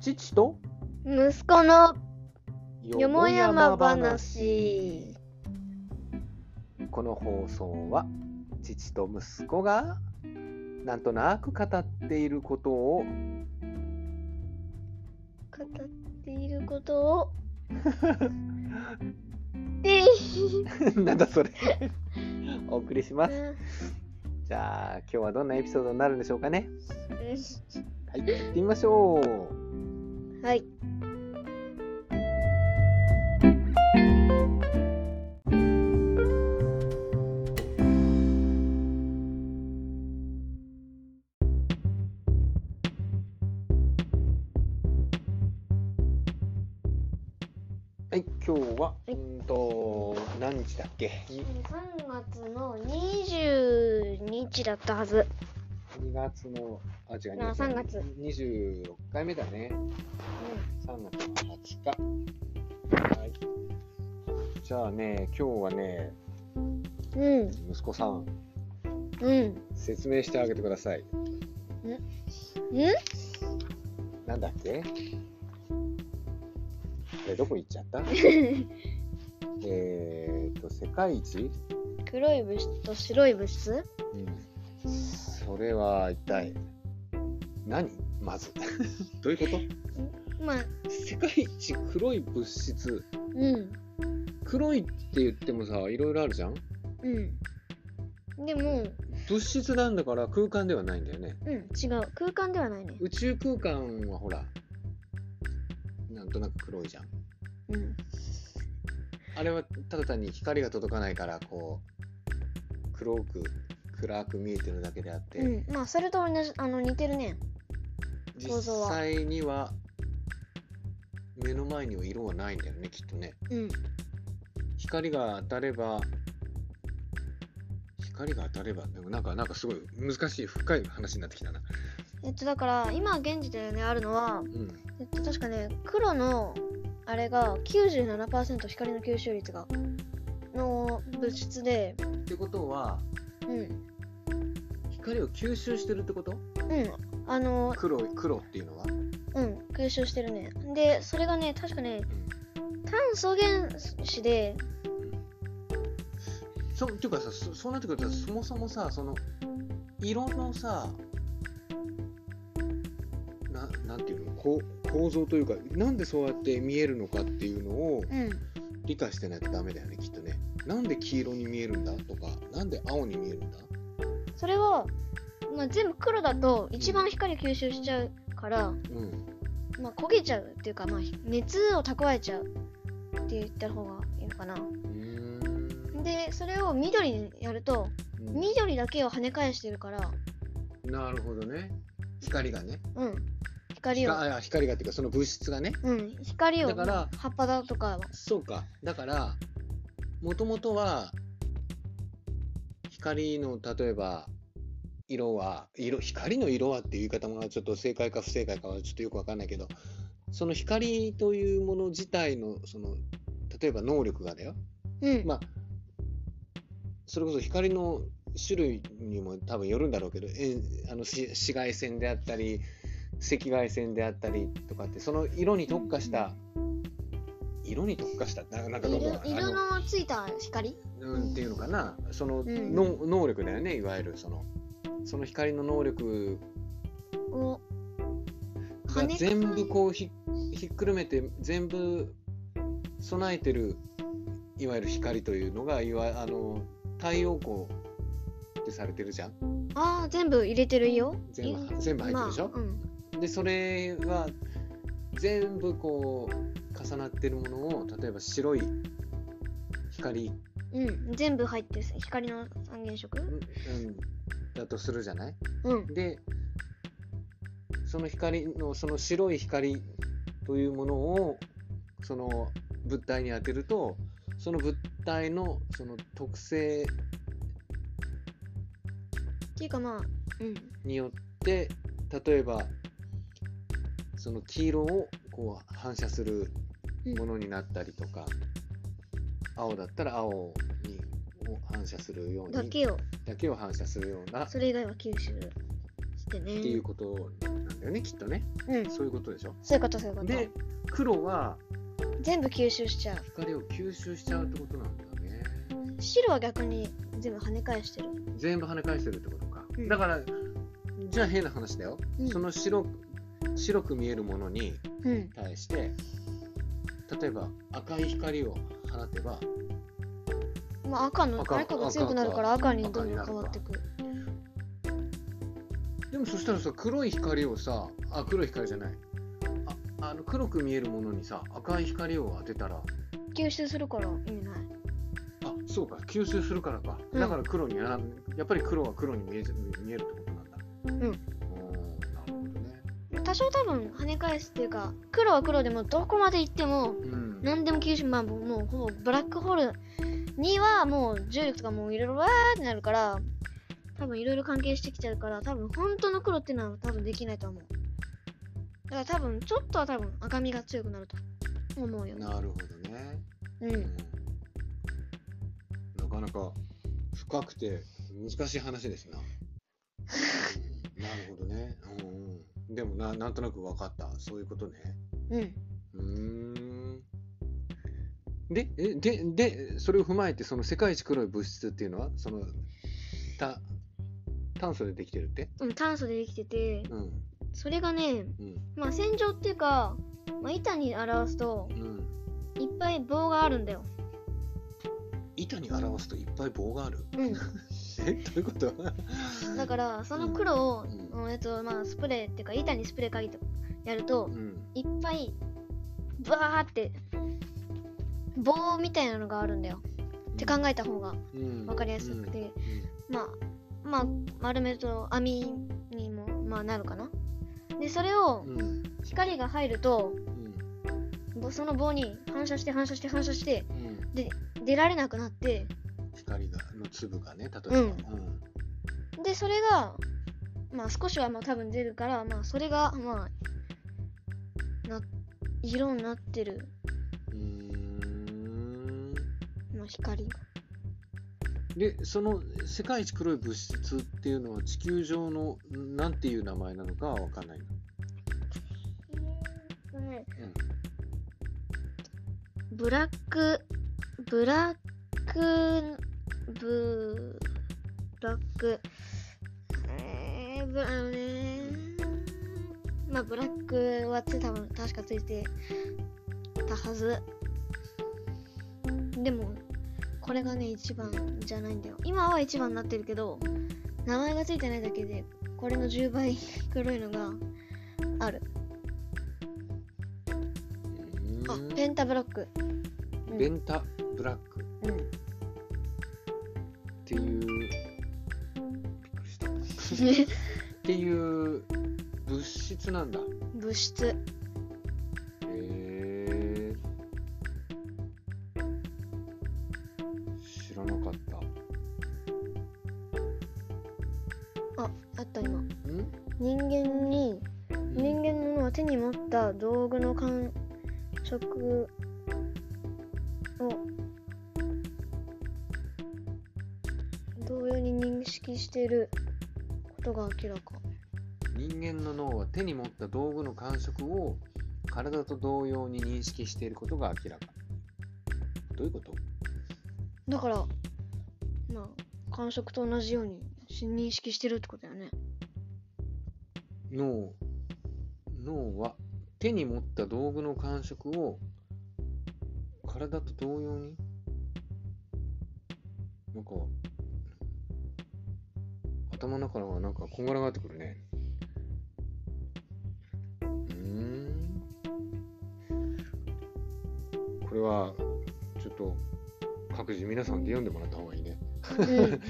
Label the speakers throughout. Speaker 1: 父と
Speaker 2: 息子のよもやま話
Speaker 1: この放送は父と息子がなんとなく語っていることを
Speaker 2: 語っていることを
Speaker 1: なんだそれ お送りしますじゃあ今日はどんなエピソードになるんでしょうかねはい行ってみましょう
Speaker 2: はい
Speaker 1: はい今日は
Speaker 2: いう
Speaker 1: ーんと何日だっけに
Speaker 2: 3月の22日だったはず
Speaker 1: 2月のあ違う
Speaker 2: あ3月
Speaker 1: 26回目だね3月の20日はいじゃあね今日はね
Speaker 2: うん
Speaker 1: 息子さん
Speaker 2: うん
Speaker 1: 説明してあげてください
Speaker 2: うん
Speaker 1: なんだっけえどこ行っちゃったえーっと世界一、
Speaker 2: 黒い物質と白い物質
Speaker 1: うん、それは一体何まずどういうこと
Speaker 2: まあ
Speaker 1: 世界一黒い物質
Speaker 2: うん
Speaker 1: 黒いって言ってもさいろいろあるじゃん
Speaker 2: うんでも
Speaker 1: 物質なんだから空間ではないんだよね
Speaker 2: うん違う空間ではないね
Speaker 1: 宇宙空間はほらなんとなく黒いじゃん
Speaker 2: うん
Speaker 1: あれはただ単に光が届かないからこう黒く暗く見えてるだけであって、
Speaker 2: うんまあそれと同じあの似てるね構
Speaker 1: 実
Speaker 2: 造は
Speaker 1: 際には目の前には色はないんだよねきっとね
Speaker 2: うん
Speaker 1: 光が当たれば光が当たればでもなんかなんかすごい難しい深い話になってきたな
Speaker 2: えっとだから今現時点でねあるのは
Speaker 1: うん
Speaker 2: えっと確かね黒のあれが97%光の吸収率がの物質で
Speaker 1: ってことは
Speaker 2: うん
Speaker 1: 光を吸収してるってこと
Speaker 2: うんあの
Speaker 1: 黒い黒っていうのは
Speaker 2: うん吸収してるねでそれがね確かね炭素原子で
Speaker 1: そっていうかさそそうなってくるとそもそもさその色のさななんていうのこう構造というかなんでそうやって見えるのかっていうのを
Speaker 2: うん
Speaker 1: 理解してないとダメだよねきっとねなんで黄色に見えるんだとかなんで青に見えるんだ
Speaker 2: それは、まあ、全部黒だと一番光吸収しちゃうから、
Speaker 1: うん
Speaker 2: まあ、焦げちゃうっていうか、まあ、熱を蓄えちゃうって言った方がいいのかな
Speaker 1: うーん
Speaker 2: でそれを緑にやると
Speaker 1: うん
Speaker 2: 緑だけを跳ね返してるから
Speaker 1: なるほどね光がね
Speaker 2: うん光を
Speaker 1: ああ光がっていうかその物質がね
Speaker 2: うん光を
Speaker 1: だから
Speaker 2: 葉っぱだとかは
Speaker 1: そうかだからもともとは光の例えば色は色光の色はっていう言い方もちょっと正解か不正解かはちょっとよくわかんないけどその光というもの自体のその例えば能力がだよ
Speaker 2: うん、
Speaker 1: まあそれこそ光の種類にも多分よるんだろうけどえあのし紫外線であったり赤外線であったりとかってその色に特化した色に特化したななんかどうも
Speaker 2: 色色
Speaker 1: あ
Speaker 2: のついた光
Speaker 1: の、うん、っていうのかなその,、
Speaker 2: ん
Speaker 1: の能力だよねいわゆるそのその光の能力
Speaker 2: を
Speaker 1: が全部こうひひっくるめて全部備えてるいわゆる光というのがいわあの太陽光ってされてるじゃん
Speaker 2: ああ全部入れてるよ
Speaker 1: 全部
Speaker 2: い
Speaker 1: 全部入ってるでしょ、
Speaker 2: まあうん
Speaker 1: でそれは全部こう重なってるものを例えば白い光、うん、
Speaker 2: うん、全部入ってる光の三原色
Speaker 1: だとするじゃない
Speaker 2: うん
Speaker 1: でその光のその白い光というものをその物体に当てるとその物体のその特性
Speaker 2: っていうかまあ、うん、
Speaker 1: によって例えばその黄色をこう反射するものになったりとか、青だったら青にを反射するように
Speaker 2: だけを
Speaker 1: だけを反射するようなっ
Speaker 2: それ以外は吸収してね。
Speaker 1: ていうことなんだよね。だよねきっとね
Speaker 2: うん
Speaker 1: そういうことでしょ
Speaker 2: そういうことそういうこと
Speaker 1: で黒は
Speaker 2: 全部吸収しちゃう
Speaker 1: 光を吸収しちゃうってことなんだね
Speaker 2: 白は逆に全部跳ね返してる
Speaker 1: 全部跳ね返してるってことか、
Speaker 2: うん
Speaker 1: だからじゃあ変な話だよ、
Speaker 2: うん
Speaker 1: その白白く見えるものに
Speaker 2: うん
Speaker 1: 対して例えば赤い光を放てば
Speaker 2: まあ赤の
Speaker 1: 赤
Speaker 2: 赤が強くなるから
Speaker 1: 赤
Speaker 2: 赤にどんどん変わってく
Speaker 1: でもそしたらさ黒い光をさあ黒い光じゃないああの黒く見えるものにさ赤い光を当てたら
Speaker 2: 吸収するから意味ない
Speaker 1: あそうか吸収するからか、
Speaker 2: うん
Speaker 1: だから黒にややっぱり黒は黒に見えず見えるってことなんだ
Speaker 2: ん
Speaker 1: うーなるほどね
Speaker 2: 多少多分跳ね返すっていうか黒は黒でもどこまで行っても
Speaker 1: うん
Speaker 2: 何でも吸収まあもうもうほぼブラックホールにはもう重力とかもういろいろわーってなるから多分いろいろ関係してきちゃうから多分本当の黒っていうのは多分できないと思うだから多分ちょっとは多分赤みが強くなると思うよ
Speaker 1: なるほどね、
Speaker 2: う
Speaker 1: うん
Speaker 2: ん
Speaker 1: なかなか深くて難しい話ですな、うんなるほどね、うんうん、でもななんとなく分かったそういうことね
Speaker 2: うん
Speaker 1: うーんでえででそれを踏まえてその世界一黒い物質っていうのはそのた炭素でできてるって
Speaker 2: うん炭素でできてて
Speaker 1: うん
Speaker 2: それがね
Speaker 1: うん
Speaker 2: まあ線状っていうか、まあ、板に表すと
Speaker 1: うん
Speaker 2: いっぱい棒があるんだよ
Speaker 1: 板に表すといっぱい棒がある
Speaker 2: うん
Speaker 1: え どういうこと
Speaker 2: だからその黒を、
Speaker 1: う
Speaker 2: うんえっとまあ、スプレーっていうか板にスプレーかけてやると
Speaker 1: うん
Speaker 2: いっぱいバーって棒みたいなのがあるんだよって考えた方が
Speaker 1: うん
Speaker 2: 分かりやすくて、まあまあ丸めると網にも、まあ、なるかなでそれを
Speaker 1: うんうん
Speaker 2: 光が入ると
Speaker 1: うん
Speaker 2: ぼその棒に反射して反射して反射して
Speaker 1: うん
Speaker 2: 出られなくなって
Speaker 1: 光がの粒がね例えば、
Speaker 2: うんでそれがまあ少しはまあ多分出るからまあそれがまあな色になってる、
Speaker 1: うん、うーん
Speaker 2: まあ、光
Speaker 1: でその世界一黒い物質っていうのは地球上のんなんていう名前なのかは分かんないの
Speaker 2: ねブラックブラックブラックえー、ブラあのねまあブラックはつ多分確かついてたはずでもこれがね一番じゃないんだよ今は一番になってるけど名前がついてないだけでこれの10倍 黒いのがある
Speaker 1: う
Speaker 2: あ
Speaker 1: ーん
Speaker 2: ペンタブロックうん
Speaker 1: ベンタブラックっ
Speaker 2: うん
Speaker 1: ていうびっくりしたっ
Speaker 2: ね
Speaker 1: ていう物質なんだへ
Speaker 2: 物質
Speaker 1: え知らなかった
Speaker 2: ああった今
Speaker 1: ん
Speaker 2: 人間に人間の脳は手に持った道具の感触を同様に認識していることが明らか
Speaker 1: 人間の脳は手に持った道具の感触を体と同様に認識していることが明らかどういうこと
Speaker 2: だからまあ感触と同じように認識してるってことだ よね
Speaker 1: 脳脳は手に持った道具の感触を体と同様になんか頭の中がなんかこんがらがってくるねうーんこれはちょっと各自皆さんで読んでもらった方がいいね
Speaker 2: うん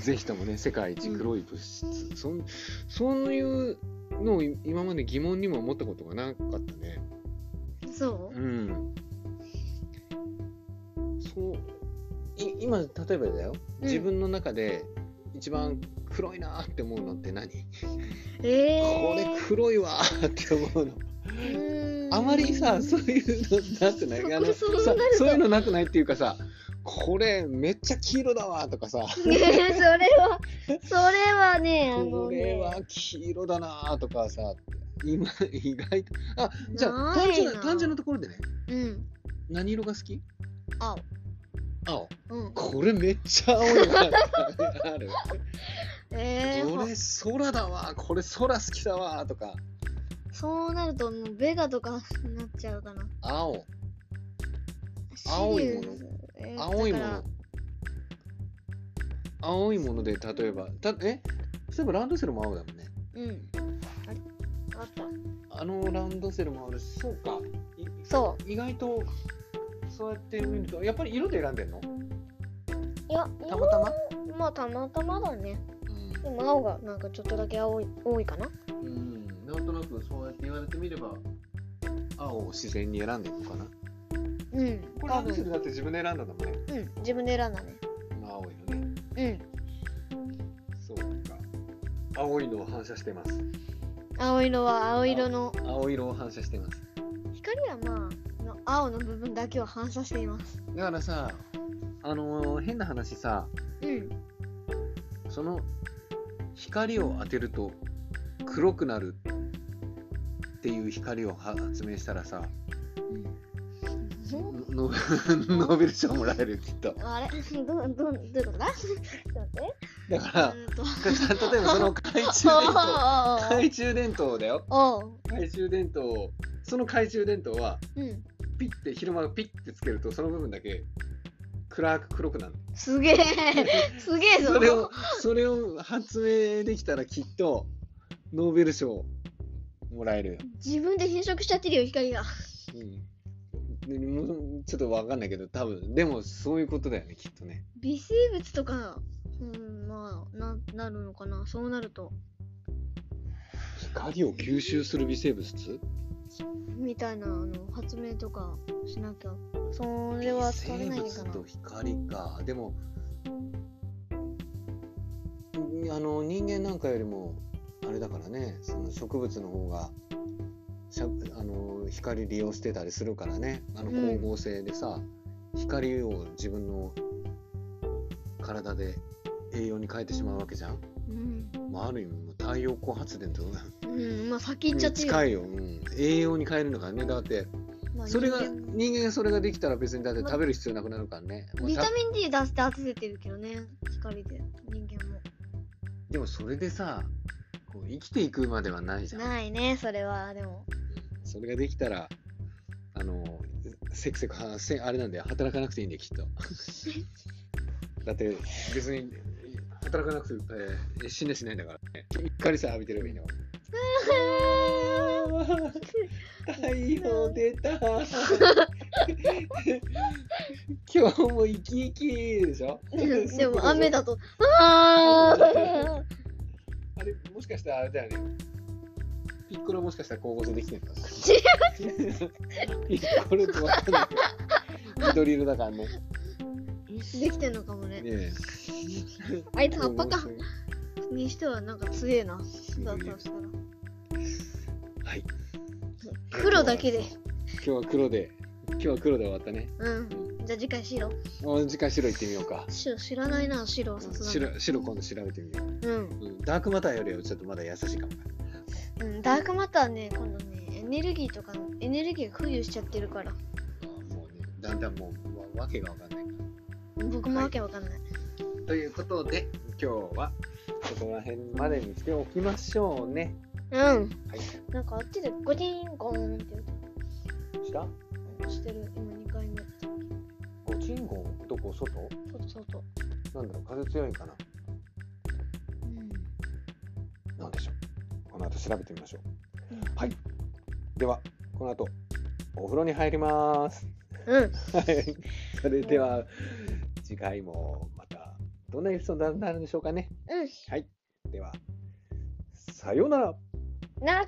Speaker 1: ぜひともね、世界一黒い物質、そんそういうのを今まで疑問にも思ったことがなかったね。
Speaker 2: そう
Speaker 1: うん。そうい今、例えばだよ、
Speaker 2: うん
Speaker 1: 自分の中で一番黒いなーって思うのって何、これ
Speaker 2: え
Speaker 1: 黒いわーって思うの。
Speaker 2: え
Speaker 1: あまりさ、そういうのなくないあの
Speaker 2: そうそう
Speaker 1: さ
Speaker 2: なると
Speaker 1: そういうのなくないっていうかさ、これめっちゃ黄色だわーとかさ。
Speaker 2: ねえそれはそれはねあの
Speaker 1: これ
Speaker 2: ね
Speaker 1: はわー黄色だなーとかさ今意外とあじゃあ
Speaker 2: ない
Speaker 1: 単純な
Speaker 2: な
Speaker 1: 単純なところでね
Speaker 2: うん
Speaker 1: 何色が好き
Speaker 2: 青
Speaker 1: 青
Speaker 2: うん
Speaker 1: これめっちゃ青いなある
Speaker 2: えー、ほ
Speaker 1: 俺空だわこれ空好きだわとか
Speaker 2: そうなるともうベガとかになっちゃうかな
Speaker 1: 青青いもの
Speaker 2: シリーズえー
Speaker 1: 青いも
Speaker 2: だか
Speaker 1: の青いもので例えばたえそういえばランドセルも青だもんね
Speaker 2: らうんあれあった
Speaker 1: あのランドセルもあるしそうかい
Speaker 2: そ
Speaker 1: 意外とそうやって見るとやっぱり色で選んでんの
Speaker 2: いや
Speaker 1: たまたま
Speaker 2: うんまあたまたまだねでも青がなんかちょっとだけ青い多いかな
Speaker 1: うん、うん、なんとなくそうやって言われてみれば青を自然に選んでるのかな
Speaker 2: うん
Speaker 1: これラ
Speaker 2: 多
Speaker 1: ンドセル
Speaker 2: 分
Speaker 1: だって自分で選んだんだもんね
Speaker 2: うん自分で選んだね
Speaker 1: 青いのね
Speaker 2: うん
Speaker 1: そうか青いのを反射してます
Speaker 2: 青色は青色の
Speaker 1: 青色を反射してます
Speaker 2: 光はまあの青の部分だけを反射しています
Speaker 1: だからさあのー変な話さ
Speaker 2: うん
Speaker 1: その光を当てると黒くなるっていう光を発明したらさ
Speaker 2: うん
Speaker 1: ノノーベル賞もらえるきっと
Speaker 2: あれどどどういうことだちょっと待って
Speaker 1: だから
Speaker 2: うん と
Speaker 1: 例えばその懐中電灯懐中電灯だよ
Speaker 2: おおお
Speaker 1: 懐中電灯をその懐中電灯は
Speaker 2: うん
Speaker 1: ピッて昼間ピッてつけるとその部分だけ暗く黒くなる
Speaker 2: す げえすげえぞ
Speaker 1: それをそれを発明できたらきっとノーベル賞もらえるよ、
Speaker 2: 自分で変色しちゃってるよ光が
Speaker 1: でもうちょっとわかんないけど多分でもそういうことだよねきっとね
Speaker 2: 微生物とかうんまあななるのかなそうなると
Speaker 1: 光を吸収する微生物
Speaker 2: みたいなあの発明とかしなきゃそれは
Speaker 1: 微
Speaker 2: 取れ
Speaker 1: 生
Speaker 2: ないのか
Speaker 1: 物
Speaker 2: な
Speaker 1: と光かでもんあの人間なんかよりもあれだからねその植物の方がしゃあの光利用してたりするからねあの
Speaker 2: うん
Speaker 1: 光合成でさ、光を自分の体で栄養に変えてしまうわけじゃん、
Speaker 2: うん、
Speaker 1: まあ、ある意味もう太陽光発電と
Speaker 2: うん、まあ先行っちゃってるよ
Speaker 1: 近いよ、うん、栄養に変えるのからねだって
Speaker 2: まあ
Speaker 1: それが
Speaker 2: 人間
Speaker 1: 人間がそれができたら別にだって食べる必要なくなるからね、もう
Speaker 2: ビ
Speaker 1: た
Speaker 2: タミン D 出して当ててるけどね光で人間も
Speaker 1: でもそれでさこう生きていくまではないじゃん
Speaker 2: ないねそれはでも
Speaker 1: それができたらあのせくせくはせあれなんだよ働かなくていいんだよきっ とだって別に働かなくて、えー死んでしないんだからね光さ浴びてればいいの太陽出 た 今日も生き生きでしょ
Speaker 2: でも雨だとああ
Speaker 1: あれ、もしかしたらあれだよね。ピッコロもしかしたら光合成できてるのかな。ピッコロってわかんないけど。緑色だからね。
Speaker 2: できてんのかも
Speaker 1: ね
Speaker 2: ね
Speaker 1: え。
Speaker 2: あいつ葉っぱか
Speaker 1: 光合
Speaker 2: にしてはなんか強えな
Speaker 1: 成
Speaker 2: だとしたら
Speaker 1: はい。
Speaker 2: 黒だけで
Speaker 1: 今日は黒で。今日は黒で終わったね。
Speaker 2: うんじゃあ次回白
Speaker 1: もう次回白行ってみようか。
Speaker 2: 白知らないな白はさすが
Speaker 1: 白白今度調べてみよ
Speaker 2: にうん、
Speaker 1: う、うん。ダークマターよりはちょっとまだ優しいかも。
Speaker 2: うん、ダークマターね今度ねエネルギーとかエネルギーが浮遊しちゃってるから
Speaker 1: もうね、だんだんもうわわけがわかんないから。
Speaker 2: 僕もわけわかんない、
Speaker 1: ということで今日はここら辺までにしておきましょうね。
Speaker 2: うん
Speaker 1: はい。
Speaker 2: なんかあっちでゴティンゴーンって
Speaker 1: した？
Speaker 2: 音してる今2回目
Speaker 1: ゴチンゴンどこ外？
Speaker 2: そうそうそう
Speaker 1: なんだろう風強いんかな。なんでしょう。この後調べてみましょう。
Speaker 2: うん
Speaker 1: はい。ではこの後お風呂に入ります。
Speaker 2: うん、うん、
Speaker 1: はい。それでは次回もまたどんなエピソードになるんでしょうかね。
Speaker 2: うん
Speaker 1: はい。ではさようなら。
Speaker 2: な